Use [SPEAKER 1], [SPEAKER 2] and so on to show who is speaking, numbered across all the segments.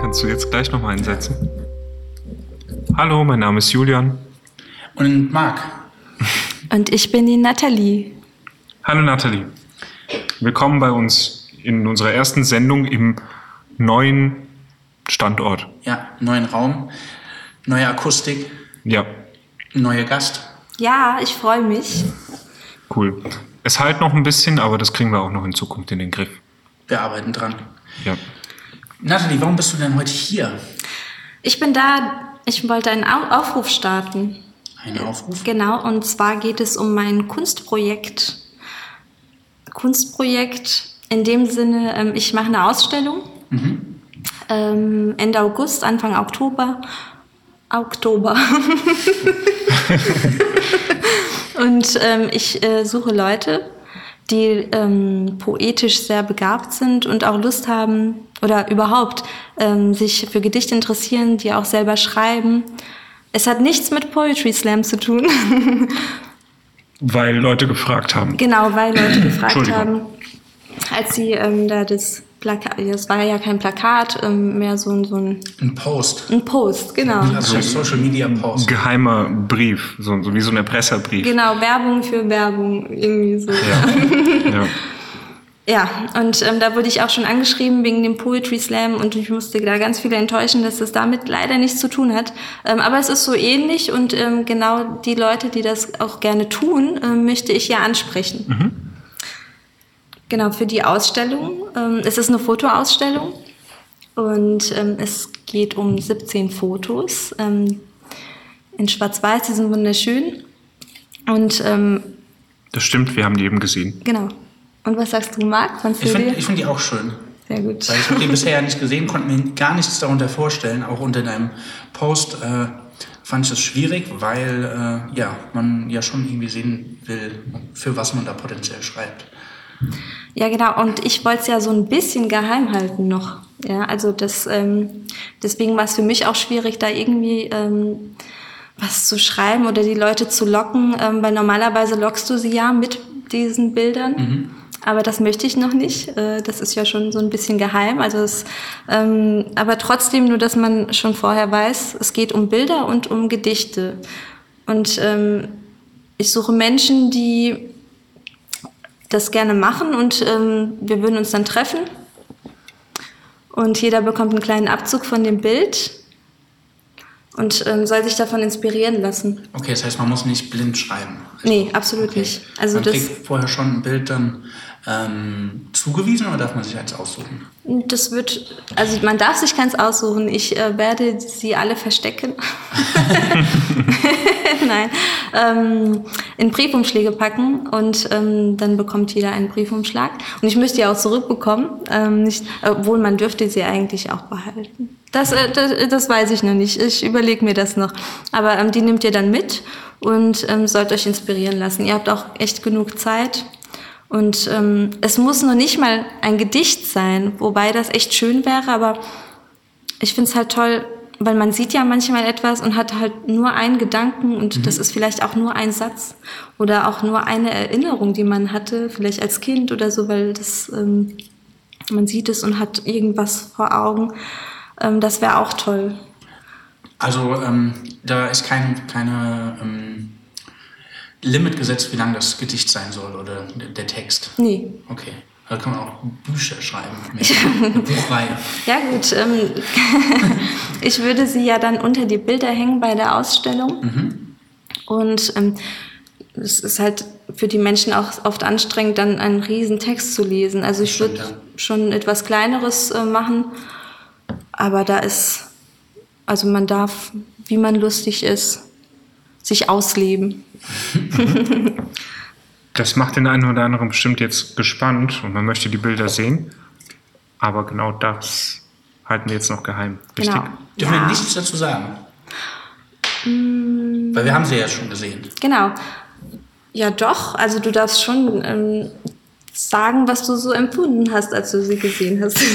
[SPEAKER 1] Kannst du jetzt gleich nochmal einsetzen? Hallo, mein Name ist Julian.
[SPEAKER 2] Und Marc.
[SPEAKER 3] Und ich bin die Nathalie.
[SPEAKER 1] Hallo Nathalie. Willkommen bei uns in unserer ersten Sendung im neuen Standort.
[SPEAKER 2] Ja, neuen Raum, neue Akustik,
[SPEAKER 1] Ja,
[SPEAKER 2] neuer Gast.
[SPEAKER 3] Ja, ich freue mich.
[SPEAKER 1] cool. Es halt noch ein bisschen, aber das kriegen wir auch noch in Zukunft in den Griff.
[SPEAKER 2] Wir arbeiten dran.
[SPEAKER 1] Ja.
[SPEAKER 2] Nathalie, warum bist du denn heute hier?
[SPEAKER 3] Ich bin da, ich wollte einen Au- Aufruf starten.
[SPEAKER 2] Ein Aufruf?
[SPEAKER 3] Genau, und zwar geht es um mein Kunstprojekt. Kunstprojekt in dem Sinne, ähm, ich mache eine Ausstellung ähm, Ende August, Anfang Oktober. Oktober. und ähm, ich äh, suche Leute, die ähm, poetisch sehr begabt sind und auch Lust haben oder überhaupt ähm, sich für Gedichte interessieren, die auch selber schreiben. Es hat nichts mit Poetry Slam zu tun.
[SPEAKER 1] Weil Leute gefragt haben.
[SPEAKER 3] Genau, weil Leute gefragt
[SPEAKER 1] Entschuldigung.
[SPEAKER 3] haben, als sie ähm, da das Plakat, das war ja kein Plakat, ähm, mehr so, ein- so ein,
[SPEAKER 2] Ein Post.
[SPEAKER 3] ein Post, genau.
[SPEAKER 2] Also Social Media Post.
[SPEAKER 1] Geheimer Brief, so, so wie so ein Erpresserbrief.
[SPEAKER 3] Genau, Werbung für Werbung, irgendwie so.
[SPEAKER 1] Ja. ja.
[SPEAKER 3] Ja, und ähm, da wurde ich auch schon angeschrieben wegen dem Poetry Slam und ich musste da ganz viele enttäuschen, dass das damit leider nichts zu tun hat. Ähm, aber es ist so ähnlich und ähm, genau die Leute, die das auch gerne tun, ähm, möchte ich ja ansprechen.
[SPEAKER 1] Mhm.
[SPEAKER 3] Genau, für die Ausstellung. Ähm, es ist eine Fotoausstellung und ähm, es geht um 17 Fotos ähm, in Schwarz-Weiß, die sind wunderschön. Und ähm,
[SPEAKER 1] Das stimmt, wir haben die eben gesehen.
[SPEAKER 3] genau. Und was sagst du, Marc? Fandst
[SPEAKER 2] Ich
[SPEAKER 3] du
[SPEAKER 2] finde
[SPEAKER 3] die?
[SPEAKER 2] ich find die auch schön.
[SPEAKER 3] Sehr gut.
[SPEAKER 2] Weil ich habe die bisher ja nicht gesehen, konnte mir gar nichts darunter vorstellen. Auch unter deinem Post äh, fand ich es schwierig, weil äh, ja, man ja schon irgendwie sehen will, für was man da potenziell schreibt.
[SPEAKER 3] Ja, genau. Und ich wollte es ja so ein bisschen geheim halten noch. Ja, also das, ähm, deswegen war es für mich auch schwierig, da irgendwie ähm, was zu schreiben oder die Leute zu locken, ähm, weil normalerweise lockst du sie ja mit diesen Bildern. Aber das möchte ich noch nicht. Äh, Das ist ja schon so ein bisschen geheim. Also es, ähm, aber trotzdem nur, dass man schon vorher weiß, es geht um Bilder und um Gedichte. Und ähm, ich suche Menschen, die das gerne machen und ähm, wir würden uns dann treffen. Und jeder bekommt einen kleinen Abzug von dem Bild und ähm, soll sich davon inspirieren lassen.
[SPEAKER 2] Okay, das heißt, man muss nicht blind schreiben.
[SPEAKER 3] Nee, absolut nicht. Also
[SPEAKER 2] man
[SPEAKER 3] das,
[SPEAKER 2] kriegt vorher schon ein Bild dann ähm, zugewiesen oder darf man sich eins aussuchen?
[SPEAKER 3] das wird, also man darf sich keins aussuchen. Ich äh, werde sie alle verstecken. Nein, ähm, in Briefumschläge packen und ähm, dann bekommt jeder einen Briefumschlag. Und ich möchte ja auch zurückbekommen, ähm, nicht, obwohl man dürfte sie eigentlich auch behalten. Das, äh, das, das weiß ich noch nicht. Ich überlege mir das noch. Aber ähm, die nehmt ihr dann mit und ähm, sollt euch inspirieren lassen. Ihr habt auch echt genug Zeit. Und ähm, es muss noch nicht mal ein Gedicht sein, wobei das echt schön wäre, aber ich finde es halt toll, weil man sieht ja manchmal etwas und hat halt nur einen Gedanken und das ist vielleicht auch nur ein Satz oder auch nur eine Erinnerung, die man hatte, vielleicht als Kind oder so, weil das ähm, man sieht es und hat irgendwas vor Augen. Ähm, das wäre auch toll.
[SPEAKER 2] Also ähm, da ist kein keine, ähm, Limit gesetzt, wie lang das Gedicht sein soll oder der der Text.
[SPEAKER 3] Nee.
[SPEAKER 2] Okay. Da kann man auch Bücher schreiben. Eine Buchreihe.
[SPEAKER 3] Ja gut, ähm, ich würde sie ja dann unter die Bilder hängen bei der Ausstellung.
[SPEAKER 2] Mhm.
[SPEAKER 3] Und ähm, es ist halt für die Menschen auch oft anstrengend, dann einen riesen Text zu lesen. Also ich würde
[SPEAKER 2] Stimmt, ja.
[SPEAKER 3] schon etwas Kleineres äh, machen, aber da ist, also man darf, wie man lustig ist, sich ausleben.
[SPEAKER 1] Das macht den einen oder anderen bestimmt jetzt gespannt und man möchte die Bilder sehen. Aber genau das halten wir jetzt noch geheim. Richtig?
[SPEAKER 3] Genau.
[SPEAKER 2] Dürfen
[SPEAKER 3] Ja.
[SPEAKER 2] wir nichts dazu sagen?
[SPEAKER 3] Mm.
[SPEAKER 2] Weil wir haben sie ja schon gesehen.
[SPEAKER 3] Genau. Ja, doch. Also du darfst schon ähm, sagen, was du so empfunden hast, als du sie gesehen hast.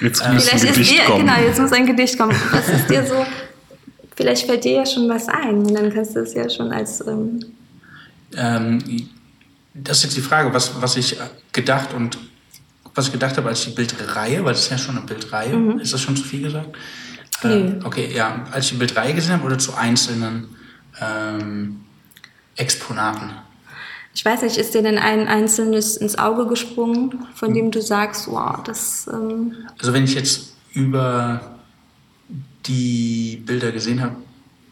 [SPEAKER 1] Jetzt muss ein Gedicht
[SPEAKER 3] dir,
[SPEAKER 1] kommen.
[SPEAKER 3] genau, jetzt muss ein Gedicht kommen. Was ist dir so? Vielleicht fällt dir ja schon was ein. Und dann kannst du es ja schon als. Ähm,
[SPEAKER 2] Ähm, das ist jetzt die Frage, was, was ich gedacht und was ich gedacht habe, als die Bildreihe, weil das ist ja schon eine Bildreihe, ist das schon zu viel gesagt?
[SPEAKER 3] Nee.
[SPEAKER 2] Ähm, okay, ja, als ich die Bildreihe gesehen habe oder zu einzelnen ähm, Exponaten?
[SPEAKER 3] Ich weiß nicht, ist dir denn ein einzelnes ins Auge gesprungen, von dem du sagst, wow, das, ähm,
[SPEAKER 2] Also wenn ich jetzt über die Bilder gesehen habe,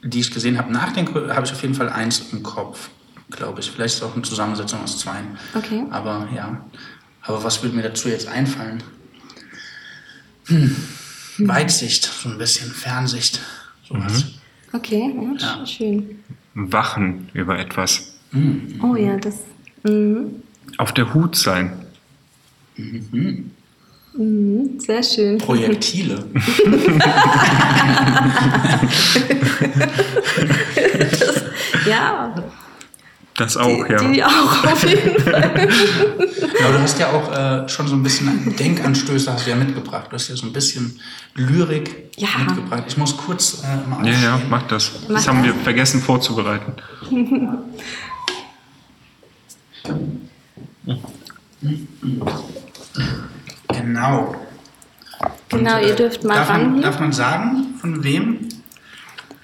[SPEAKER 2] die ich gesehen habe, nachdenke, habe ich auf jeden Fall eins im Kopf, glaube ich. Vielleicht ist es auch eine Zusammensetzung aus zweien.
[SPEAKER 3] okay.
[SPEAKER 2] Aber ja. Aber was würde mir dazu jetzt einfallen? Hm. Weitsicht, so ein bisschen Fernsicht, sowas.
[SPEAKER 1] Mhm.
[SPEAKER 3] Okay, ja, sch-
[SPEAKER 2] Ja.
[SPEAKER 3] schön.
[SPEAKER 1] Wachen über etwas.
[SPEAKER 3] Oh ja, das. Mhm.
[SPEAKER 1] Auf der Hut sein.
[SPEAKER 3] Mhm. Sehr schön.
[SPEAKER 2] Projektile.
[SPEAKER 3] Ja,
[SPEAKER 1] Das auch,
[SPEAKER 3] die,
[SPEAKER 1] Oh, ja.
[SPEAKER 3] die auch auf jeden Fall.
[SPEAKER 2] Aber du hast ja auch äh, schon so ein bisschen Denkanstöße hast du ja mitgebracht. Du hast ja so ein bisschen Lyrik
[SPEAKER 3] Ja.
[SPEAKER 2] mitgebracht. Ich muss kurz äh, mal
[SPEAKER 1] Ja, ja,
[SPEAKER 2] aufstehen.
[SPEAKER 1] mach das.
[SPEAKER 3] Mach
[SPEAKER 1] Das haben wir
[SPEAKER 3] das.
[SPEAKER 1] vergessen vorzubereiten.
[SPEAKER 2] Genau.
[SPEAKER 3] Genau, ihr dürft mal
[SPEAKER 2] äh, darf man,
[SPEAKER 3] ran.
[SPEAKER 2] darf man sagen, von wem?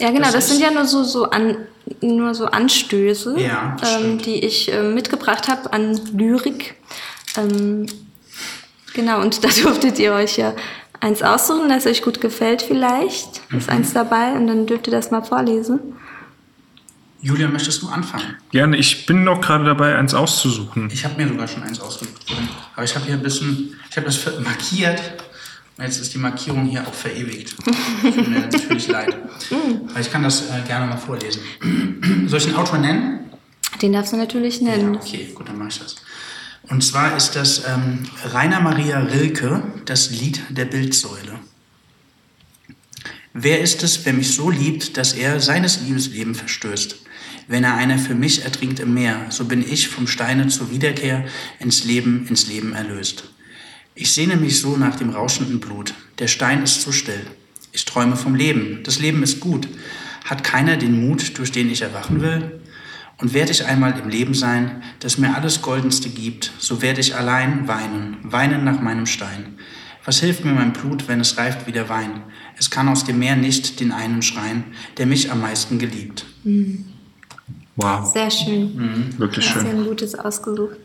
[SPEAKER 3] Ja, genau,
[SPEAKER 2] Das
[SPEAKER 3] das, sind
[SPEAKER 2] ist-
[SPEAKER 3] ja nur so, so, an, nur so Anstöße,
[SPEAKER 2] Ja,
[SPEAKER 3] ähm,
[SPEAKER 2] stimmt.
[SPEAKER 3] die ich äh, mitgebracht habe an Lyrik. Ähm, genau, und da dürftet ihr euch ja eins aussuchen, das euch gut gefällt vielleicht. Ist
[SPEAKER 2] Mhm.
[SPEAKER 3] eins dabei und dann dürft ihr das mal vorlesen.
[SPEAKER 2] Julia, möchtest du anfangen?
[SPEAKER 1] Gerne, ich bin noch gerade dabei, eins auszusuchen.
[SPEAKER 2] Ich habe mir sogar schon eins ausgesucht. Aber ich habe hier ein bisschen, ich habe das ver- markiert. Und jetzt ist die Markierung hier auch verewigt. Tut mir natürlich leid. Aber ich kann das äh, gerne mal vorlesen. Soll ich den Autor nennen?
[SPEAKER 3] Den darfst du natürlich nennen.
[SPEAKER 2] Ja, okay, gut, dann mache ich das. Und zwar ist das ähm, Rainer Maria Rilke, das Lied der Bildsäule. Wer ist es, wer mich so liebt, dass er seines Liebesleben verstößt? Wenn er einer für mich ertrinkt im Meer, so bin ich vom Steine zur Wiederkehr ins Leben, ins Leben erlöst. Ich sehne mich so nach dem rauschenden Blut. Der Stein ist zu still. Ich träume vom Leben. Das Leben ist gut. Hat keiner den Mut, durch den ich erwachen will? Und werde ich einmal im Leben sein, das mir alles Goldenste gibt, so werde ich allein weinen, weinen nach meinem Stein. Was hilft mir mein Blut, wenn es reift wie der Wein? Es kann aus dem Meer nicht den einen schreien, der mich am meisten geliebt.
[SPEAKER 1] Wow,
[SPEAKER 3] Sehr schön.
[SPEAKER 2] Mhm.
[SPEAKER 1] wirklich
[SPEAKER 3] Hast dir
[SPEAKER 1] schön.
[SPEAKER 3] ein gutes ausgesucht.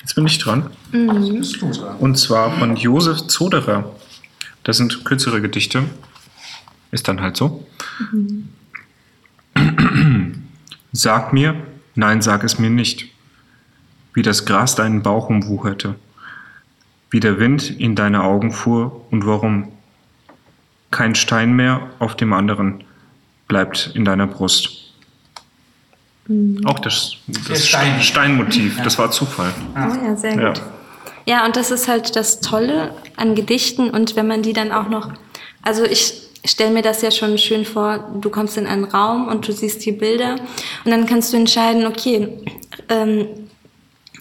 [SPEAKER 1] Jetzt bin ich dran.
[SPEAKER 2] Bist du dran?
[SPEAKER 1] Und zwar von Josef Zoderer. Das sind kürzere Gedichte. Ist dann halt so. Sag mir, nein, sag es mir nicht. Wie das Gras deinen Bauch umwucherte. Wie der Wind in deine Augen fuhr und warum. Kein Stein mehr auf dem anderen bleibt in deiner Brust.
[SPEAKER 3] Mhm.
[SPEAKER 1] Auch das, das
[SPEAKER 2] Stein.
[SPEAKER 1] Stein. Steinmotiv, das war Zufall.
[SPEAKER 2] Ah.
[SPEAKER 3] Oh ja, sehr
[SPEAKER 1] Ja.
[SPEAKER 3] gut. Ja, und das ist halt das Tolle an Gedichten und wenn man die dann auch noch, also ich stelle mir das ja schon schön vor, du kommst in einen Raum und du siehst die Bilder und dann kannst du entscheiden, okay, ähm,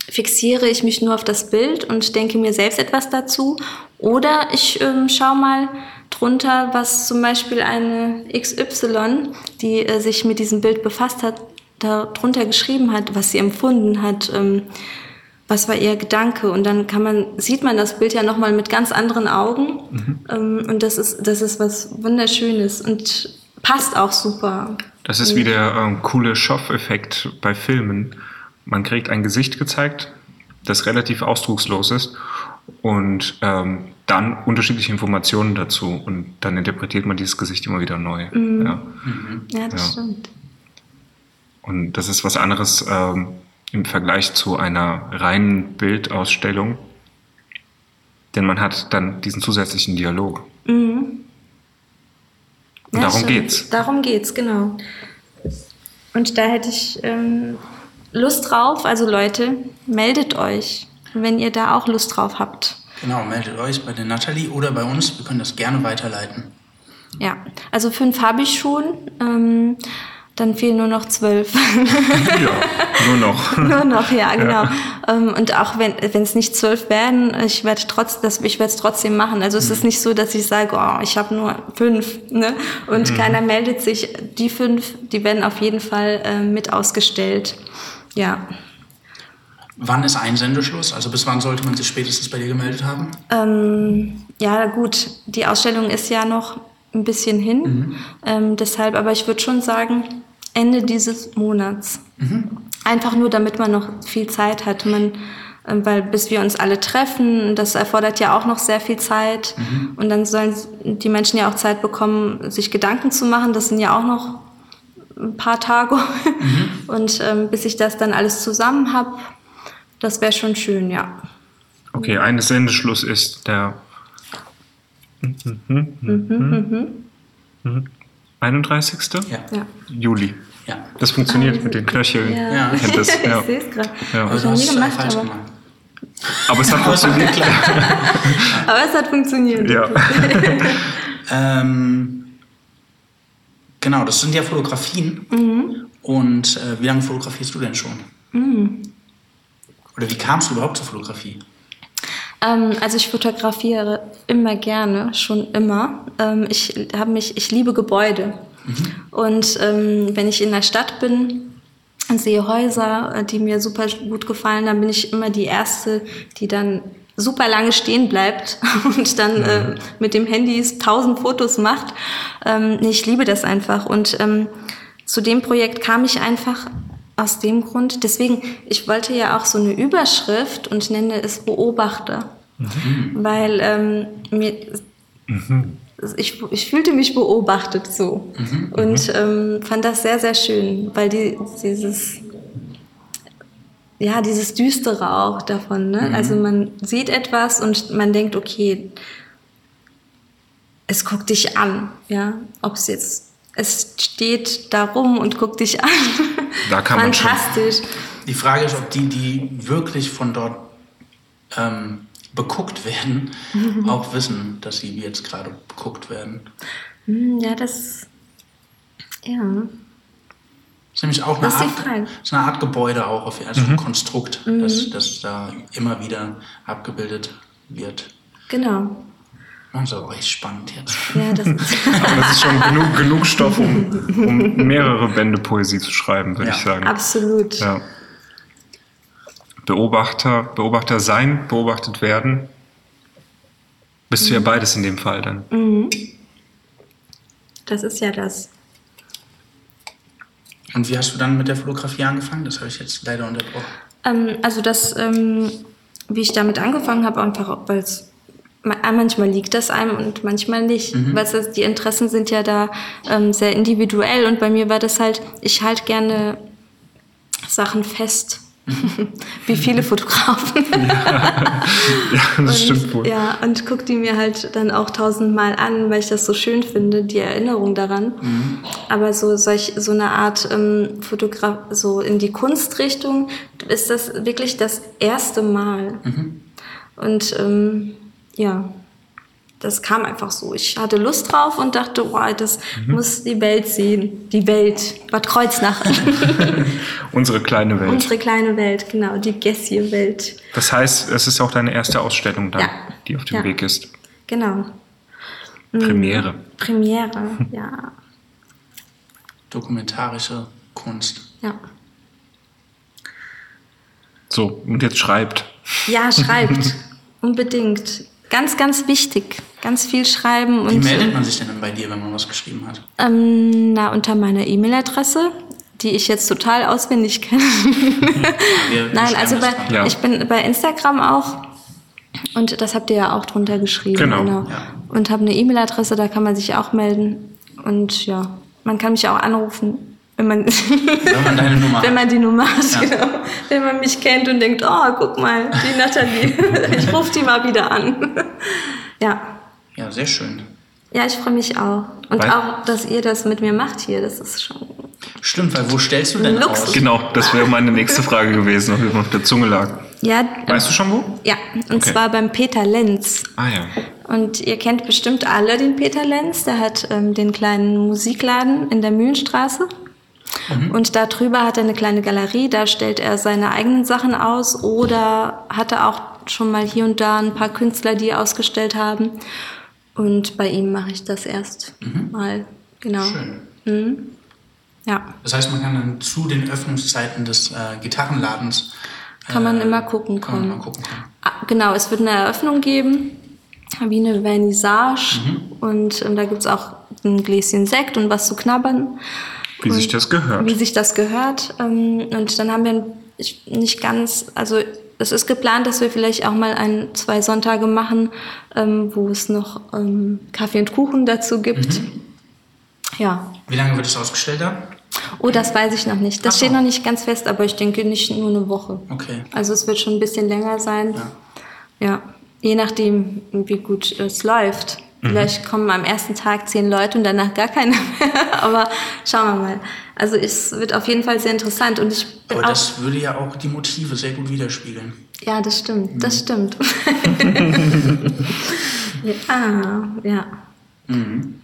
[SPEAKER 3] fixiere ich mich nur auf das Bild und denke mir selbst etwas dazu oder ich ähm, schaue mal drunter, was zum Beispiel eine XY, die äh, sich mit diesem Bild befasst hat, darunter geschrieben hat, was sie empfunden hat. Ähm, was war ihr Gedanke? Und dann kann man, sieht man das Bild ja nochmal mit ganz anderen Augen. Ähm, und das ist, das ist was Wunderschönes und passt auch super.
[SPEAKER 1] Das ist wie der ähm, coole Schoff-Effekt bei Filmen. Man kriegt ein Gesicht gezeigt, das relativ ausdruckslos ist und ähm, dann unterschiedliche Informationen dazu und dann interpretiert man dieses Gesicht immer wieder neu. Ja.
[SPEAKER 3] Ja, das
[SPEAKER 1] Ja.
[SPEAKER 3] stimmt.
[SPEAKER 1] Und das ist was anderes ähm, im Vergleich zu einer reinen Bildausstellung, denn man hat dann diesen zusätzlichen Dialog. Und
[SPEAKER 3] Ja,
[SPEAKER 1] darum
[SPEAKER 3] stimmt.
[SPEAKER 1] geht's.
[SPEAKER 3] Darum geht's, genau. Und da hätte ich ähm, Lust drauf. Also Leute, meldet euch, wenn ihr da auch Lust drauf habt.
[SPEAKER 2] Genau, meldet euch bei der Nathalie oder bei uns. Wir können das gerne weiterleiten.
[SPEAKER 3] Ja, also fünf habe ich schon. Ähm, dann fehlen nur noch zwölf.
[SPEAKER 1] Ja, nur noch.
[SPEAKER 3] Nur noch, ja, genau. Ähm, und auch wenn wenn es nicht zwölf werden, ich werde trotz, das, ich werde es trotzdem machen. Also es ist nicht so, dass ich sage, oh, ich habe nur fünf, ne? Und keiner meldet sich. Die fünf, die werden auf jeden Fall äh, mit ausgestellt. Ja.
[SPEAKER 2] Wann ist Einsendeschluss? Also bis wann sollte man sich spätestens bei dir gemeldet haben?
[SPEAKER 3] Ähm, ja, gut, die Ausstellung ist ja noch ein bisschen hin. Ähm, deshalb, aber ich würde schon sagen, Ende dieses Monats. Einfach nur, damit man noch viel Zeit hat. Man, ähm, weil bis wir uns alle treffen, das erfordert ja auch noch sehr viel Zeit. Und dann sollen die Menschen ja auch Zeit bekommen, sich Gedanken zu machen. Das sind ja auch noch ein paar Tage. Und ähm, bis ich das dann alles zusammen habe, das wäre schon schön, ja.
[SPEAKER 1] Okay, eines Sendeschluss ist der 31.
[SPEAKER 2] Ja.
[SPEAKER 3] ja.
[SPEAKER 1] Juli.
[SPEAKER 2] Ja.
[SPEAKER 1] Das funktioniert mit den Knöcheln.
[SPEAKER 2] Ja.
[SPEAKER 1] Ihr kennt Das, ja.
[SPEAKER 3] Ich sehe es gerade.
[SPEAKER 1] Ja.
[SPEAKER 2] Also
[SPEAKER 3] Hab ich noch nie gemacht,
[SPEAKER 2] falsch
[SPEAKER 3] aber-
[SPEAKER 2] gemacht.
[SPEAKER 1] Aber es hat funktioniert.
[SPEAKER 3] Aber es hat funktioniert.
[SPEAKER 1] Ja.
[SPEAKER 2] Ähm, genau, das sind ja Fotografien.
[SPEAKER 3] Mhm.
[SPEAKER 2] Und äh, wie lange fotografierst du denn schon? Oder wie kamst du überhaupt zur Fotografie?
[SPEAKER 3] Ähm, also ich fotografiere immer gerne, schon immer. Ähm, ich habe mich, ich liebe Gebäude.
[SPEAKER 1] Mhm.
[SPEAKER 3] Und ähm, wenn ich in der Stadt bin und sehe Häuser, äh, die mir super gut gefallen, dann bin ich immer die erste, die dann super lange stehen bleibt und dann äh, mit dem Handy tausend Fotos macht. Ähm, nee, ich liebe das einfach. Und ähm, zu dem Projekt kam ich einfach aus dem Grund, deswegen, ich wollte ja auch so eine Überschrift und nenne es Beobachter, weil ähm, mir,
[SPEAKER 1] Mhm.
[SPEAKER 3] ich, ich fühlte mich beobachtet so
[SPEAKER 1] Mhm.
[SPEAKER 3] und ähm, fand das sehr, sehr schön, weil die, dieses, ja, dieses Düstere auch davon,
[SPEAKER 1] Mhm.
[SPEAKER 3] ne? also man sieht etwas und man denkt, okay, es guckt dich an, ja, ob es jetzt, es steht da rum und guckt dich an.
[SPEAKER 1] Da kann man schon-
[SPEAKER 3] Fantastisch.
[SPEAKER 2] Die Frage ist, ob die, die wirklich von dort ähm, beguckt werden, auch wissen, dass sie jetzt gerade beguckt werden.
[SPEAKER 3] Hm, Ja, das. Ja.
[SPEAKER 2] Das ist nämlich auch eine,
[SPEAKER 3] Das ist die Frage. Mhm.
[SPEAKER 2] Art, ist eine Art Gebäude auch, auf- also ein Konstrukt, das, das da immer wieder abgebildet wird.
[SPEAKER 3] Genau.
[SPEAKER 2] Also, oh, ist spannend jetzt.
[SPEAKER 3] Ja, das ist.
[SPEAKER 1] Aber das ist schon genug, genug Stoff, um, um mehrere Bände Poesie zu schreiben, würde
[SPEAKER 2] Ja.
[SPEAKER 1] ich sagen.
[SPEAKER 3] absolut.
[SPEAKER 1] Ja. Beobachter, Beobachter sein, beobachtet werden. Bist du
[SPEAKER 3] Mhm.
[SPEAKER 1] ja beides in dem Fall dann.
[SPEAKER 3] Das ist ja das.
[SPEAKER 2] Und wie hast du dann mit der Fotografie angefangen? Das habe ich jetzt leider unterbrochen.
[SPEAKER 3] Ähm, also das, ähm, wie ich damit angefangen habe, einfach weil es ma- ah, manchmal liegt das einem und manchmal nicht. Weil es- die Interessen sind ja da ähm, sehr individuell und bei mir war das halt, ich halte gerne Sachen fest. wie viele Fotografen.
[SPEAKER 1] Ja, das stimmt wohl.
[SPEAKER 3] Ja, Mhm. und guck die mir halt dann auch tausendmal an, weil ich das so schön finde, die Erinnerung daran.
[SPEAKER 1] Mhm.
[SPEAKER 3] Aber so, solch, so eine Art ähm, Fotograf, so in die Kunstrichtung ist das wirklich das erste Mal.
[SPEAKER 1] Mhm.
[SPEAKER 3] Und ähm, ja, das kam einfach so. Ich hatte Lust drauf und dachte, wow, das
[SPEAKER 1] Mhm.
[SPEAKER 3] muss die Welt sehen. Die Welt, Bad Kreuznach,
[SPEAKER 1] Unsere kleine Welt.
[SPEAKER 3] unsere kleine Welt, genau, die Gässie-Welt.
[SPEAKER 1] Das heißt, es ist auch deine erste Ausstellung dann,
[SPEAKER 3] Ja.
[SPEAKER 1] die auf dem
[SPEAKER 3] Ja.
[SPEAKER 1] Weg ist.
[SPEAKER 3] Genau, Mhm.
[SPEAKER 1] Premiere.
[SPEAKER 3] Premiere, ja.
[SPEAKER 2] Dokumentarische Kunst.
[SPEAKER 3] ja.
[SPEAKER 1] So, und jetzt schreibt.
[SPEAKER 3] Ja, schreibt. Unbedingt. Ganz, ganz wichtig. Ganz viel schreiben
[SPEAKER 2] Wie
[SPEAKER 3] und
[SPEAKER 2] meldet man sich denn dann bei dir, wenn man was geschrieben hat?
[SPEAKER 3] ähm, na, unter meiner E-Mail-Adresse, die ich jetzt total auswendig kenne.
[SPEAKER 2] Wir- wir
[SPEAKER 3] Nein,
[SPEAKER 2] schreiben
[SPEAKER 3] also
[SPEAKER 2] das
[SPEAKER 3] bei,
[SPEAKER 2] dann.
[SPEAKER 1] Ja.
[SPEAKER 3] ich bin bei Instagram auch und das habt ihr ja auch drunter geschrieben.
[SPEAKER 1] Genau.
[SPEAKER 2] Ja.
[SPEAKER 3] Und habe eine E-Mail-Adresse, da kann man sich auch melden. Und ja, man kann mich auch anrufen, wenn man,
[SPEAKER 2] Wenn man deine Nummer
[SPEAKER 3] wenn
[SPEAKER 2] hat.
[SPEAKER 3] man die Nummer hat, genau. Wenn man mich kennt und denkt, oh, guck mal, die Nathalie, ich rufe die mal wieder an. ja.
[SPEAKER 2] Ja, sehr schön.
[SPEAKER 3] Ja, ich freue mich auch. Und
[SPEAKER 1] Weil-
[SPEAKER 3] auch, dass ihr das mit mir macht hier, das ist schon.
[SPEAKER 2] Stimmt, weil wo stellst du denn
[SPEAKER 3] Luxus.
[SPEAKER 2] aus?
[SPEAKER 1] Genau, das wäre meine nächste Frage gewesen, ob mir auf der Zunge lag.
[SPEAKER 3] Ja,
[SPEAKER 1] Weißt du schon wo?
[SPEAKER 3] ja und
[SPEAKER 1] Okay.
[SPEAKER 3] zwar beim Peter Lenz.
[SPEAKER 1] Ah ja.
[SPEAKER 3] Und ihr kennt bestimmt alle den Peter Lenz, der hat ähm, den kleinen Musikladen in der Mühlenstraße. Und da drüber hat er eine kleine Galerie, da stellt er seine eigenen Sachen aus oder hatte auch schon mal hier und da ein paar Künstler, die ausgestellt haben. Und bei ihm mache ich das erst mal. Genau. Mhm.
[SPEAKER 2] Schön.
[SPEAKER 3] Ja.
[SPEAKER 2] Das heißt, man kann dann zu den Öffnungszeiten des äh, Gitarrenladens
[SPEAKER 3] Kann man immer gucken
[SPEAKER 2] Kann man mal
[SPEAKER 3] kommen.
[SPEAKER 2] gucken.
[SPEAKER 3] Ah, Genau, es wird eine Eröffnung geben, wie eine Vernissage.
[SPEAKER 1] Mhm.
[SPEAKER 3] Und ähm, da gibt es auch ein Gläschen Sekt und was zu knabbern.
[SPEAKER 1] Wie
[SPEAKER 3] und
[SPEAKER 1] sich das gehört.
[SPEAKER 3] Wie sich das gehört. Ähm, und dann haben wir ein- ich, nicht ganz, also es ist geplant, dass wir vielleicht auch mal ein, zwei Sonntage machen, ähm, wo es noch ähm, Kaffee und Kuchen dazu gibt.
[SPEAKER 1] Mhm.
[SPEAKER 3] Ja.
[SPEAKER 2] Wie lange wird es ausgestellt dann?
[SPEAKER 3] Oh, das weiß ich noch nicht. Das
[SPEAKER 2] Ach so.
[SPEAKER 3] steht noch nicht ganz fest, aber ich denke nicht nur eine Woche.
[SPEAKER 2] Okay.
[SPEAKER 3] Also es wird schon ein bisschen länger sein.
[SPEAKER 2] Ja.
[SPEAKER 3] Ja. Je nachdem, wie gut es läuft.
[SPEAKER 2] Mhm.
[SPEAKER 3] Vielleicht kommen am ersten Tag zehn Leute und danach gar keine mehr. Aber schauen wir mal. Also es wird auf jeden Fall sehr interessant. Und ich bin
[SPEAKER 2] Aber
[SPEAKER 3] auch.
[SPEAKER 2] das würde ja auch die Motive sehr gut widerspiegeln.
[SPEAKER 3] ja, das stimmt. Das stimmt. ja, ja.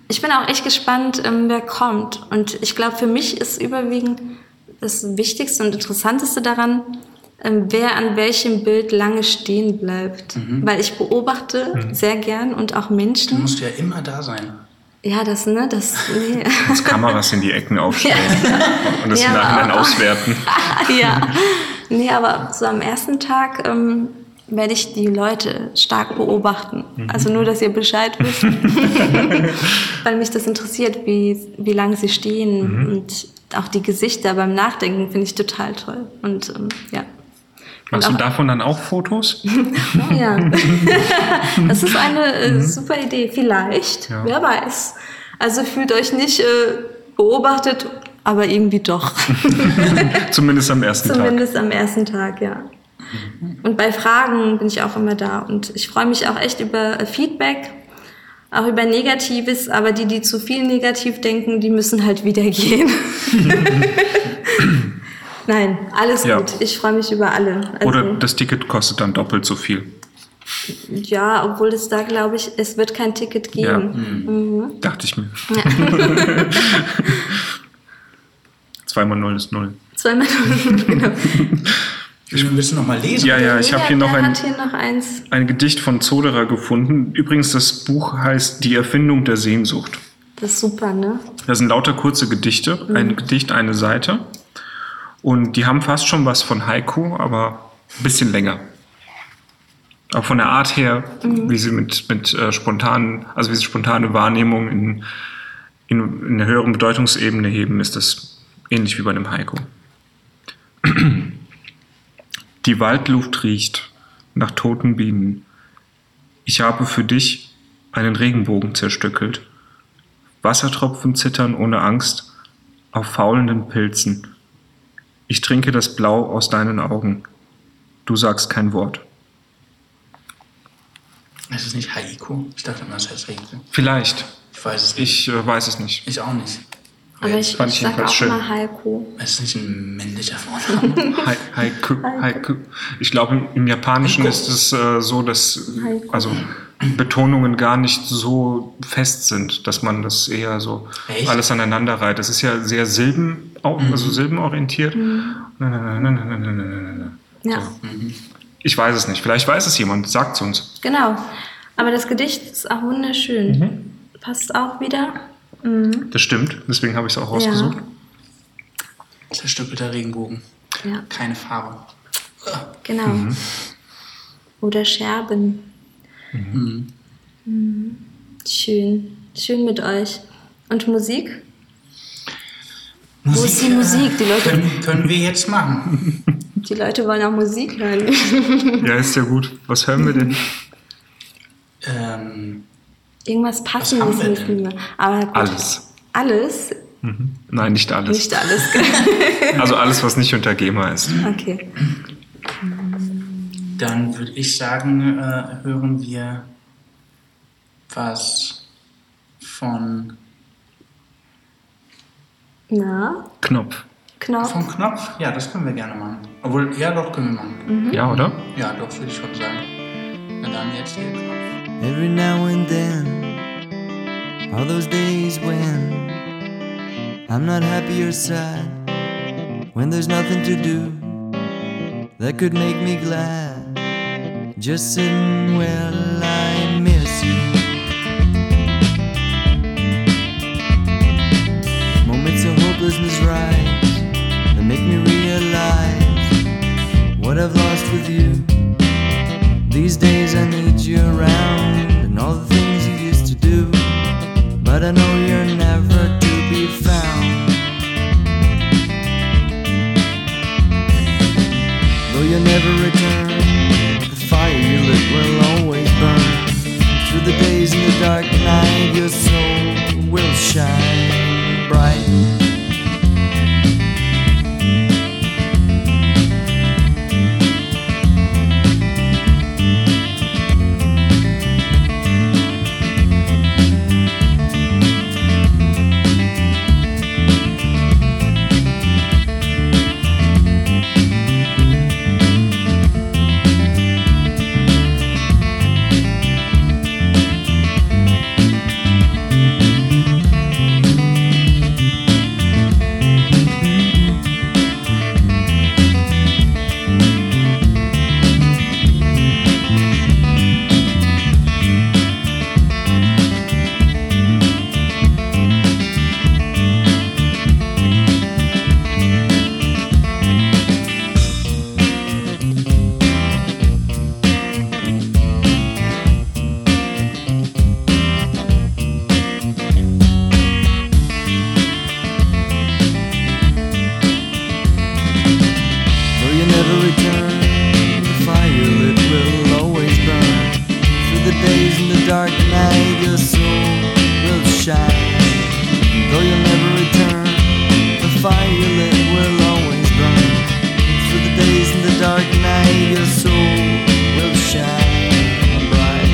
[SPEAKER 3] Ich bin auch echt gespannt, ähm, wer kommt. Und ich glaube, für mich ist überwiegend das Wichtigste und Interessanteste daran, ähm, wer an welchem Bild lange stehen bleibt. Weil ich beobachte sehr gern und auch
[SPEAKER 2] Du
[SPEAKER 3] Menschen.
[SPEAKER 2] musst ja immer da sein.
[SPEAKER 3] Ja, das, ne, das, nee.
[SPEAKER 1] Jetzt Kameras in die Ecken aufstellen und das
[SPEAKER 3] Ja,
[SPEAKER 1] im Nachhinein
[SPEAKER 3] aber-
[SPEAKER 1] auswerten.
[SPEAKER 3] ja. Nee, aber so am ersten Tag ähm, werde ich die Leute stark beobachten. Also nur, dass ihr Bescheid wisst. Weil mich das interessiert, wie, wie lange sie stehen und auch die Gesichter beim Nachdenken finde ich total toll. Und ähm, ja.
[SPEAKER 1] Machst du
[SPEAKER 3] Und auch-
[SPEAKER 1] davon dann auch Fotos?
[SPEAKER 3] Oh, ja. das ist eine äh, super Idee, vielleicht.
[SPEAKER 1] Ja.
[SPEAKER 3] Wer weiß. Also fühlt euch nicht äh, beobachtet, aber irgendwie doch.
[SPEAKER 1] Zumindest am ersten Tag. Mhm.
[SPEAKER 3] Zumindest am ersten Tag, ja. Und bei Fragen bin ich auch immer da. Und ich freue mich auch echt über äh, Feedback, auch über Negatives. Aber die, die zu viel negativ denken, die müssen halt wieder gehen. Nein, alles
[SPEAKER 1] Ja.
[SPEAKER 3] gut. Ich freue mich über alle. Also,
[SPEAKER 1] Oder das Ticket kostet dann doppelt so viel.
[SPEAKER 3] ja, obwohl es da, glaube ich, es wird kein Ticket
[SPEAKER 1] Ja. Mhm.
[SPEAKER 3] geben.
[SPEAKER 1] Dachte ich mir. Zweimal Null ist Null.
[SPEAKER 3] Zweimal. genau.
[SPEAKER 2] Wir müssen nochmal lesen.
[SPEAKER 1] Ja, ja, ich habe hier noch
[SPEAKER 3] Wer
[SPEAKER 1] ein,
[SPEAKER 3] hat hier noch eins.
[SPEAKER 1] ein Gedicht von Zoderer gefunden. Übrigens, das Buch heißt Die Erfindung der Sehnsucht.
[SPEAKER 3] Das ist super, ne?
[SPEAKER 1] Das sind lauter kurze Gedichte. Ein Gedicht, eine Seite. Und die haben fast schon was von Haiku, aber ein bisschen länger. Aber von der Art her, wie sie mit, mit äh, spontanen, also wie sie spontane Wahrnehmung in, in, in einer höheren Bedeutungsebene heben, ist das ähnlich wie bei einem Haiku. Die Waldluft riecht nach toten Bienen. Ich habe für dich einen Regenbogen zerstückelt. Wassertropfen zittern ohne Angst auf faulenden Pilzen. Ich trinke das Blau aus deinen Augen. Du sagst kein Wort.
[SPEAKER 2] Es ist nicht Haiku. Ich dachte immer, es heißt Haiku.
[SPEAKER 1] Vielleicht.
[SPEAKER 2] Ich weiß es nicht.
[SPEAKER 1] Ich äh, weiß es nicht.
[SPEAKER 2] Ich auch nicht.
[SPEAKER 3] Aber ich,
[SPEAKER 1] fand
[SPEAKER 3] ich
[SPEAKER 1] ich
[SPEAKER 3] sag
[SPEAKER 1] jedenfalls
[SPEAKER 3] auch
[SPEAKER 1] schön.
[SPEAKER 3] mal Heiko.
[SPEAKER 2] Es ist nicht ein männlicher Vorname.
[SPEAKER 1] Hai- Haiku. Haiku. Ich glaube, im, im Japanischen
[SPEAKER 2] Haiku.
[SPEAKER 1] ist es äh, so, dass
[SPEAKER 3] Haiku.
[SPEAKER 1] also Betonungen gar nicht so fest sind, dass man das eher so
[SPEAKER 2] Echt?
[SPEAKER 1] alles aneinander reiht. Das ist ja sehr Silben, au- also silbenorientiert. Na, na, na, na, na, na, na, na, na.
[SPEAKER 3] Ja.
[SPEAKER 1] Ich weiß es nicht. Vielleicht weiß es jemand. Sagt es uns.
[SPEAKER 3] Genau. Aber das Gedicht ist auch wunderschön. Passt auch wieder. Mhm.
[SPEAKER 1] Das stimmt, deswegen habe ich es auch rausgesucht.
[SPEAKER 2] Zerstückelter Regenbogen.
[SPEAKER 3] Ja,
[SPEAKER 2] Keine Farbe.
[SPEAKER 3] genau. Oder Scherben. Mhm. Schön. Schön mit euch. Und Musik? Wo ist die
[SPEAKER 2] äh,
[SPEAKER 3] Musik? Die Leute-
[SPEAKER 2] Können, können wir jetzt machen.
[SPEAKER 3] Die Leute wollen auch Musik hören.
[SPEAKER 1] Ja, ist ja gut. Was hören wir denn?
[SPEAKER 3] Mhm.
[SPEAKER 2] Ähm,
[SPEAKER 3] Irgendwas
[SPEAKER 2] haben
[SPEAKER 3] Passendes
[SPEAKER 2] wir
[SPEAKER 3] müssen wir. Aber gut.
[SPEAKER 1] Alles. Mhm.
[SPEAKER 3] Alles?
[SPEAKER 1] Nein, nicht alles.
[SPEAKER 3] Nicht alles.
[SPEAKER 1] Also alles, was nicht unter GEMA ist.
[SPEAKER 3] Okay.
[SPEAKER 2] dann würde ich sagen, äh, hören wir was von,
[SPEAKER 3] Na,
[SPEAKER 1] Knopf.
[SPEAKER 3] Knopf.
[SPEAKER 2] von Knopf. Ja, das können wir gerne machen. Obwohl, ja, doch, können wir machen.
[SPEAKER 3] Mhm.
[SPEAKER 1] Ja, oder?
[SPEAKER 2] Ja, doch, würde ich schon sagen. Na dann jetzt hier Knopf.
[SPEAKER 4] Every now and then are those days when I'm not happy or sad, when there's nothing to do that could make me glad. Just sitting well, I miss you. Moments of hopelessness rise that make me realize what I've lost around and all the things you used to do. But I know you're never to be found. Though you'll never return, the fire you lit will always burn. Through the days in the dark night, your soul will shine bright. Though you never return, the fire lit will always burn. Through the days in the dark night, your soul will shine. Though you'll never return, the fire lit will always burn. Through the days in the dark night, your soul will shine bright.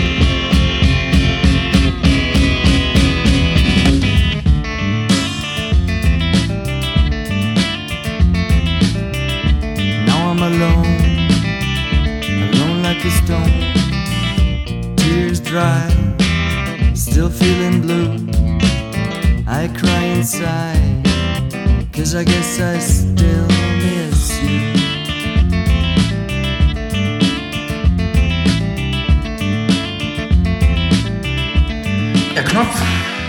[SPEAKER 4] Now I'm alone, alone like a stone. Tears dry, still feeling blue. I cry and sigh, cause I guess I still miss you.
[SPEAKER 2] Der Knopf.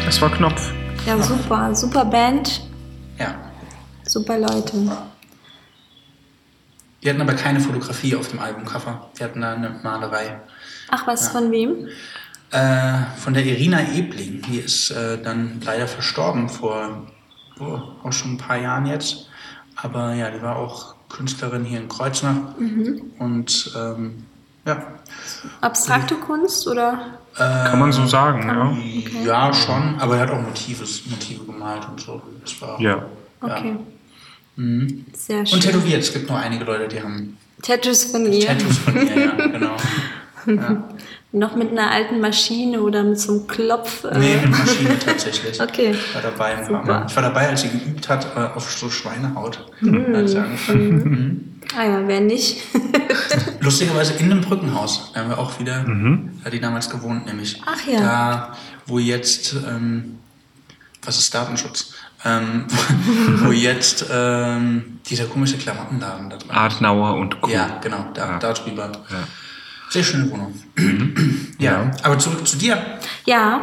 [SPEAKER 1] Das war Knopf.
[SPEAKER 3] Ja, super, super Band,
[SPEAKER 2] Ja.
[SPEAKER 3] super Leute.
[SPEAKER 2] Wir hatten aber keine Fotografie auf dem Albumcover. Wir hatten da eine Malerei.
[SPEAKER 3] Ach, was von wem?
[SPEAKER 2] Äh, von der Irina Ebling. Die ist äh, dann leider verstorben vor oh, auch schon ein paar Jahren jetzt. Aber ja, die war auch Künstlerin hier in Kreuznach. Und ähm, ja.
[SPEAKER 3] Abstrakte Kunst oder?
[SPEAKER 1] Kann man so sagen, ja.
[SPEAKER 2] Ja, schon. Aber er hat auch Motive, Motive gemalt und so. Das war
[SPEAKER 1] Ja. Mhm.
[SPEAKER 3] Okay. Sehr
[SPEAKER 2] Und
[SPEAKER 3] schön.
[SPEAKER 2] tätowiert. Es gibt nur einige Leute, die haben
[SPEAKER 3] Tattoos von ihr.
[SPEAKER 2] Tattoos von ihr, ja, genau.
[SPEAKER 3] Noch mit einer alten Maschine oder mit so einem Klopf. Äh,
[SPEAKER 2] Nee, mit Maschine tatsächlich.
[SPEAKER 3] Okay.
[SPEAKER 2] Ich war dabei, ein paar
[SPEAKER 3] Super.
[SPEAKER 2] Mal. ich war dabei, als sie geübt hat äh, auf so Schweinehaut.
[SPEAKER 3] Hm.
[SPEAKER 2] Hat sie angefangen.
[SPEAKER 3] Ah ja, wer nicht?
[SPEAKER 2] Lustigerweise in dem Brückenhaus da haben wir auch wieder,
[SPEAKER 1] Mhm.
[SPEAKER 2] da hat die damals gewohnt, nämlich.
[SPEAKER 3] Ach ja.
[SPEAKER 2] Da, wo jetzt, ähm, was ist Datenschutz? Ähm, wo jetzt ähm, dieser komische Klamottenladen da drin
[SPEAKER 1] Adenauer und Co.
[SPEAKER 2] Ja, genau, da,
[SPEAKER 1] Ah, Ja.
[SPEAKER 2] da drüber.
[SPEAKER 1] Ja. Mhm.
[SPEAKER 2] Sehr schöne Wohnung. ja.
[SPEAKER 1] Ja.
[SPEAKER 2] aber zurück zu dir.
[SPEAKER 3] Ja,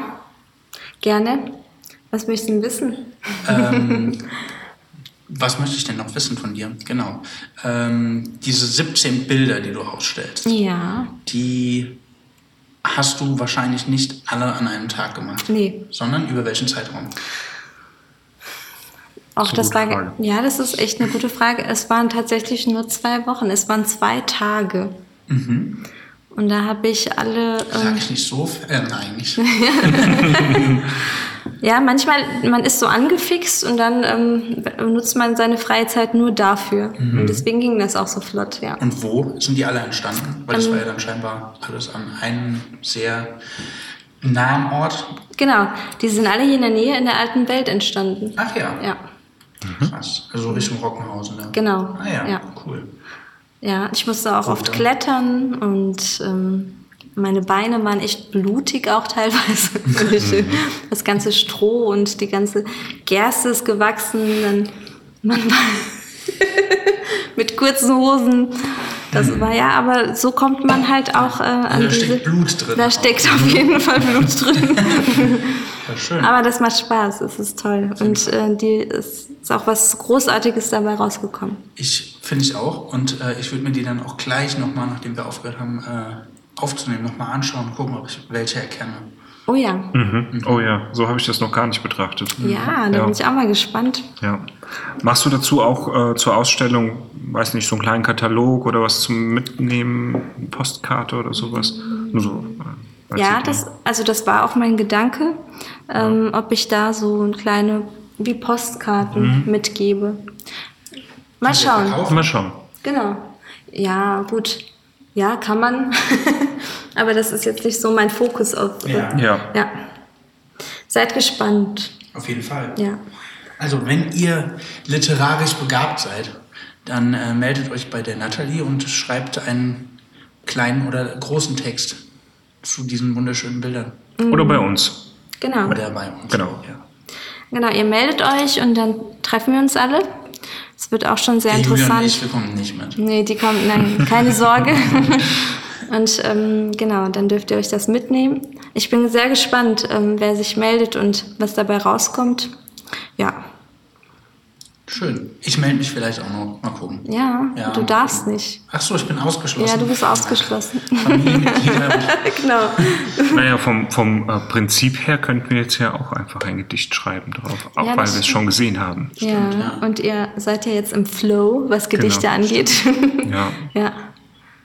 [SPEAKER 3] gerne. Was möchtest du denn wissen?
[SPEAKER 2] Ähm, was möchte ich denn noch wissen von dir? Genau. Ähm, diese 17 Bilder, die du ausstellst,
[SPEAKER 3] Ja,
[SPEAKER 2] die hast du wahrscheinlich nicht alle an einem Tag gemacht.
[SPEAKER 3] nee.
[SPEAKER 2] Sondern über welchen Zeitraum?
[SPEAKER 3] Auch
[SPEAKER 1] Das
[SPEAKER 3] das,
[SPEAKER 1] ist eine
[SPEAKER 3] war,
[SPEAKER 1] gute Frage.
[SPEAKER 3] ja, das ist echt eine gute Frage. Es waren tatsächlich nur zwei Wochen. Es waren zwei Tage.
[SPEAKER 1] Mhm.
[SPEAKER 3] Und da habe ich alle,
[SPEAKER 2] Sag
[SPEAKER 3] ähm,
[SPEAKER 2] ich nicht so? f- Äh, nein, nicht.
[SPEAKER 3] ja, manchmal, man ist so angefixt und dann ähm, nutzt man seine freie Zeit nur dafür.
[SPEAKER 1] Mhm.
[SPEAKER 3] Und deswegen ging das auch so flott, ja.
[SPEAKER 2] Und wo sind die alle entstanden? Weil das
[SPEAKER 3] Ähm.
[SPEAKER 2] war ja dann scheinbar alles an einem sehr nahen Ort.
[SPEAKER 3] Genau, die sind alle hier in der Nähe in der alten Welt entstanden.
[SPEAKER 2] Ach ja,
[SPEAKER 3] Ja,
[SPEAKER 2] krass. Also Richtung Rockenhausen. Ne?
[SPEAKER 3] Genau,
[SPEAKER 2] Ah ja,
[SPEAKER 3] ja.
[SPEAKER 2] cool.
[SPEAKER 3] ja. Ich musste auch
[SPEAKER 2] Oh,
[SPEAKER 3] oft
[SPEAKER 2] ja.
[SPEAKER 3] klettern und ähm, meine Beine waren echt blutig auch teilweise.
[SPEAKER 2] Mhm.
[SPEAKER 3] das ganze Stroh und die ganze Gerste ist gewachsen. Dann man war mit kurzen Hosen. Das war ja, aber so kommt man halt auch äh, an
[SPEAKER 2] Mhm. Da
[SPEAKER 3] diese.
[SPEAKER 2] steckt Blut drin.
[SPEAKER 3] Da steckt auf jeden Fall Blut drin.
[SPEAKER 2] Ja, schön.
[SPEAKER 3] Aber das macht Spaß, es ist toll. Und äh, die ist, ist auch was Großartiges dabei rausgekommen.
[SPEAKER 2] Ich finde ich auch und äh, ich würde mir die dann auch gleich nochmal, nachdem wir aufgehört haben, äh, aufzunehmen, nochmal anschauen, gucken, ob ich welche erkenne.
[SPEAKER 3] Oh ja.
[SPEAKER 1] Mhm. Oh ja, so habe ich das noch gar nicht betrachtet.
[SPEAKER 3] Ja, da
[SPEAKER 1] Ja.
[SPEAKER 3] bin ich auch mal gespannt.
[SPEAKER 1] Ja. Machst du dazu auch äh, zur Ausstellung, weiß nicht, so einen kleinen Katalog oder was zum Mitnehmen, Postkarte oder sowas? Nur so. äh, als
[SPEAKER 3] Mhm. Ja,
[SPEAKER 1] Idee.
[SPEAKER 3] das, also das war auch mein Gedanke, ähm, ob ich da so kleine, wie Postkarten
[SPEAKER 1] Mhm.
[SPEAKER 3] mitgebe. Mal schauen.
[SPEAKER 1] Mal schauen.
[SPEAKER 3] Genau. Ja, gut. Ja, kann man. Aber das ist jetzt nicht so mein Fokus auf.
[SPEAKER 2] Ja.
[SPEAKER 1] Ja.
[SPEAKER 3] ja. Seid gespannt.
[SPEAKER 2] Auf jeden Fall.
[SPEAKER 3] Ja.
[SPEAKER 2] Also, wenn ihr literarisch begabt seid, dann äh, meldet euch bei der Nathalie und schreibt einen kleinen oder großen Text zu diesen wunderschönen Bildern.
[SPEAKER 1] Oder bei
[SPEAKER 3] Mhm.
[SPEAKER 1] uns.
[SPEAKER 3] Genau.
[SPEAKER 2] Oder bei uns.
[SPEAKER 1] Genau.
[SPEAKER 2] Ja.
[SPEAKER 3] Genau, ihr meldet euch und dann treffen wir uns alle. Es wird auch schon sehr
[SPEAKER 2] Der Julian und
[SPEAKER 3] interessant.
[SPEAKER 2] ich, wir kommen nicht mit.
[SPEAKER 3] Nee, die kommt, nein, keine Sorge. Und ähm, genau, dann dürft ihr euch das mitnehmen. Ich bin sehr gespannt, ähm, wer sich meldet und was dabei rauskommt. Ja,
[SPEAKER 2] Schön. Ich melde mich vielleicht auch noch. Mal gucken.
[SPEAKER 3] ja,
[SPEAKER 2] Ja.
[SPEAKER 3] du darfst nicht.
[SPEAKER 2] Ach so, ich bin ausgeschlossen.
[SPEAKER 3] Ja, du bist ausgeschlossen.
[SPEAKER 2] Familienmitglieder.
[SPEAKER 3] genau.
[SPEAKER 1] Naja, vom, vom äh, Prinzip her könnten wir jetzt ja auch einfach ein Gedicht schreiben drauf, auch
[SPEAKER 3] Ja, das
[SPEAKER 1] weil wir es schon gesehen haben.
[SPEAKER 3] Ja,
[SPEAKER 2] ja.
[SPEAKER 3] und ihr seid ja jetzt im Flow, was Gedichte
[SPEAKER 1] Genau,
[SPEAKER 3] angeht.
[SPEAKER 1] Ja.
[SPEAKER 3] ja.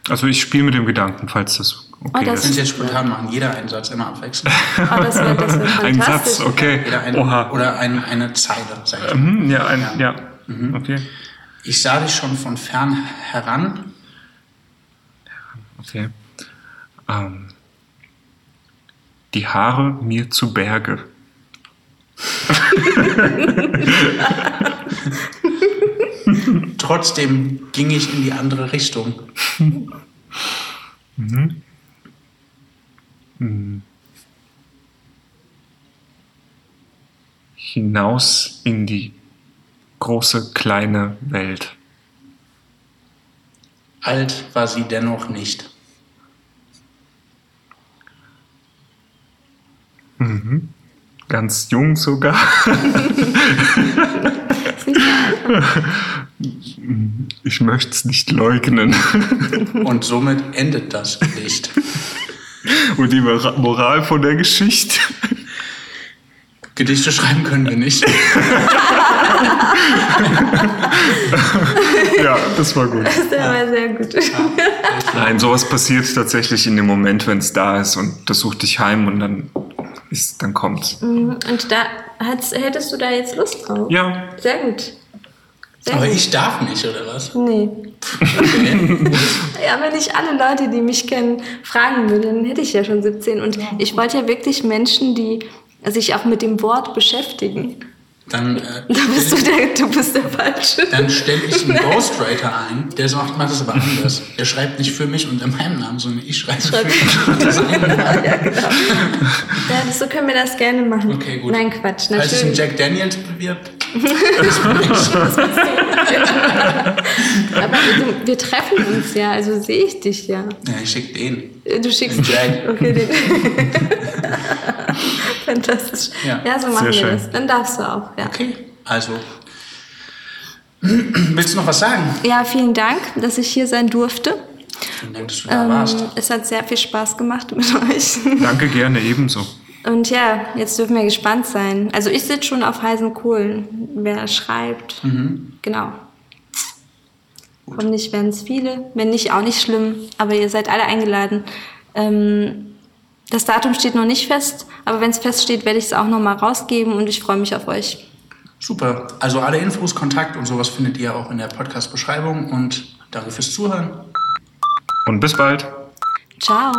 [SPEAKER 1] Also ich spiele mit dem Gedanken, falls das okay
[SPEAKER 3] Oh, das
[SPEAKER 2] Wir
[SPEAKER 1] ist.
[SPEAKER 2] jetzt spontan machen. Jeder einen Satz immer abwechselnd.
[SPEAKER 3] Oh, das wird das wird
[SPEAKER 1] Ein
[SPEAKER 3] fantastisch.
[SPEAKER 1] Satz, okay.
[SPEAKER 2] Jeder einen,
[SPEAKER 1] Oha.
[SPEAKER 2] Oder ein, eine Zeile. Sag ich.
[SPEAKER 1] Mhm, ja, ein, ja. Okay.
[SPEAKER 2] ich sah dich schon von fern heran.
[SPEAKER 1] Okay. Ähm, die Haare mir zu Berge.
[SPEAKER 2] Trotzdem ging ich in die andere Richtung.
[SPEAKER 1] hinaus in die große, kleine Welt.
[SPEAKER 2] Alt war sie dennoch nicht.
[SPEAKER 1] Ganz jung sogar. ich möchte es nicht leugnen.
[SPEAKER 2] Und somit endet das Gedicht.
[SPEAKER 1] Und die Mora- Moral von der Geschichte.
[SPEAKER 2] Gedichte schreiben können wir nicht.
[SPEAKER 1] ja, das war gut.
[SPEAKER 3] Das ist aber sehr gut.
[SPEAKER 1] Nein, sowas passiert tatsächlich in dem Moment, wenn es da ist und das sucht dich heim und dann, ist, dann kommt's.
[SPEAKER 3] Mhm, Und da hat's, hättest du da jetzt Lust drauf?
[SPEAKER 1] Ja,
[SPEAKER 3] Sehr gut. Sehr
[SPEAKER 2] Aber
[SPEAKER 3] gut.
[SPEAKER 2] ich darf nicht, oder was?
[SPEAKER 3] Nee.
[SPEAKER 2] Okay.
[SPEAKER 3] Ja, wenn ich alle Leute, die mich kennen, fragen würde, dann hätte ich ja schon 17. Und ich wollte ja wirklich Menschen, die sich auch mit dem Wort beschäftigen.
[SPEAKER 2] Dann, äh,
[SPEAKER 3] Da bist du der, du bist der Falsche.
[SPEAKER 2] dann stelle ich einen Ghostwriter ein, der macht, macht das aber anders. Der schreibt nicht für mich unter meinem Namen, sondern ich schreibe für mich.
[SPEAKER 3] ja, genau. Ja, so können wir das gerne machen.
[SPEAKER 2] Okay, gut.
[SPEAKER 3] Nein, Quatsch.
[SPEAKER 2] Als sich ein
[SPEAKER 3] Natürlich.
[SPEAKER 2] Jack Daniels bewirbt,
[SPEAKER 3] Aber du, wir treffen uns ja, also sehe ich dich ja.
[SPEAKER 2] ja, ich schicke den.
[SPEAKER 3] Äh, Du schickst
[SPEAKER 2] Den Jack.
[SPEAKER 3] Okay, den. Fantastisch.
[SPEAKER 2] Ja,
[SPEAKER 3] Ja, so machen wir
[SPEAKER 1] sehr schön.
[SPEAKER 3] das. Dann darfst du auch. Ja.
[SPEAKER 2] Okay, also. Willst du noch was sagen?
[SPEAKER 3] ja, vielen Dank, dass ich hier sein durfte.
[SPEAKER 2] Vielen Dank, dass du da
[SPEAKER 3] Ähm,
[SPEAKER 2] warst.
[SPEAKER 3] es hat sehr viel Spaß gemacht mit euch.
[SPEAKER 1] danke gerne ebenso.
[SPEAKER 3] Und ja, jetzt dürfen wir gespannt sein. Also ich sitze schon auf heißen Kohlen, wer schreibt. Genau. Hoffentlich werden es viele. Wenn nicht, auch nicht schlimm. Aber ihr seid alle eingeladen. Ähm, das Datum steht noch nicht fest, aber wenn es feststeht, werde ich es auch nochmal rausgeben und ich freue mich auf euch.
[SPEAKER 2] Super. Also alle Infos, Kontakt und sowas findet ihr auch in der Podcast-Beschreibung und danke fürs Zuhören.
[SPEAKER 1] Und bis bald.
[SPEAKER 3] Ciao!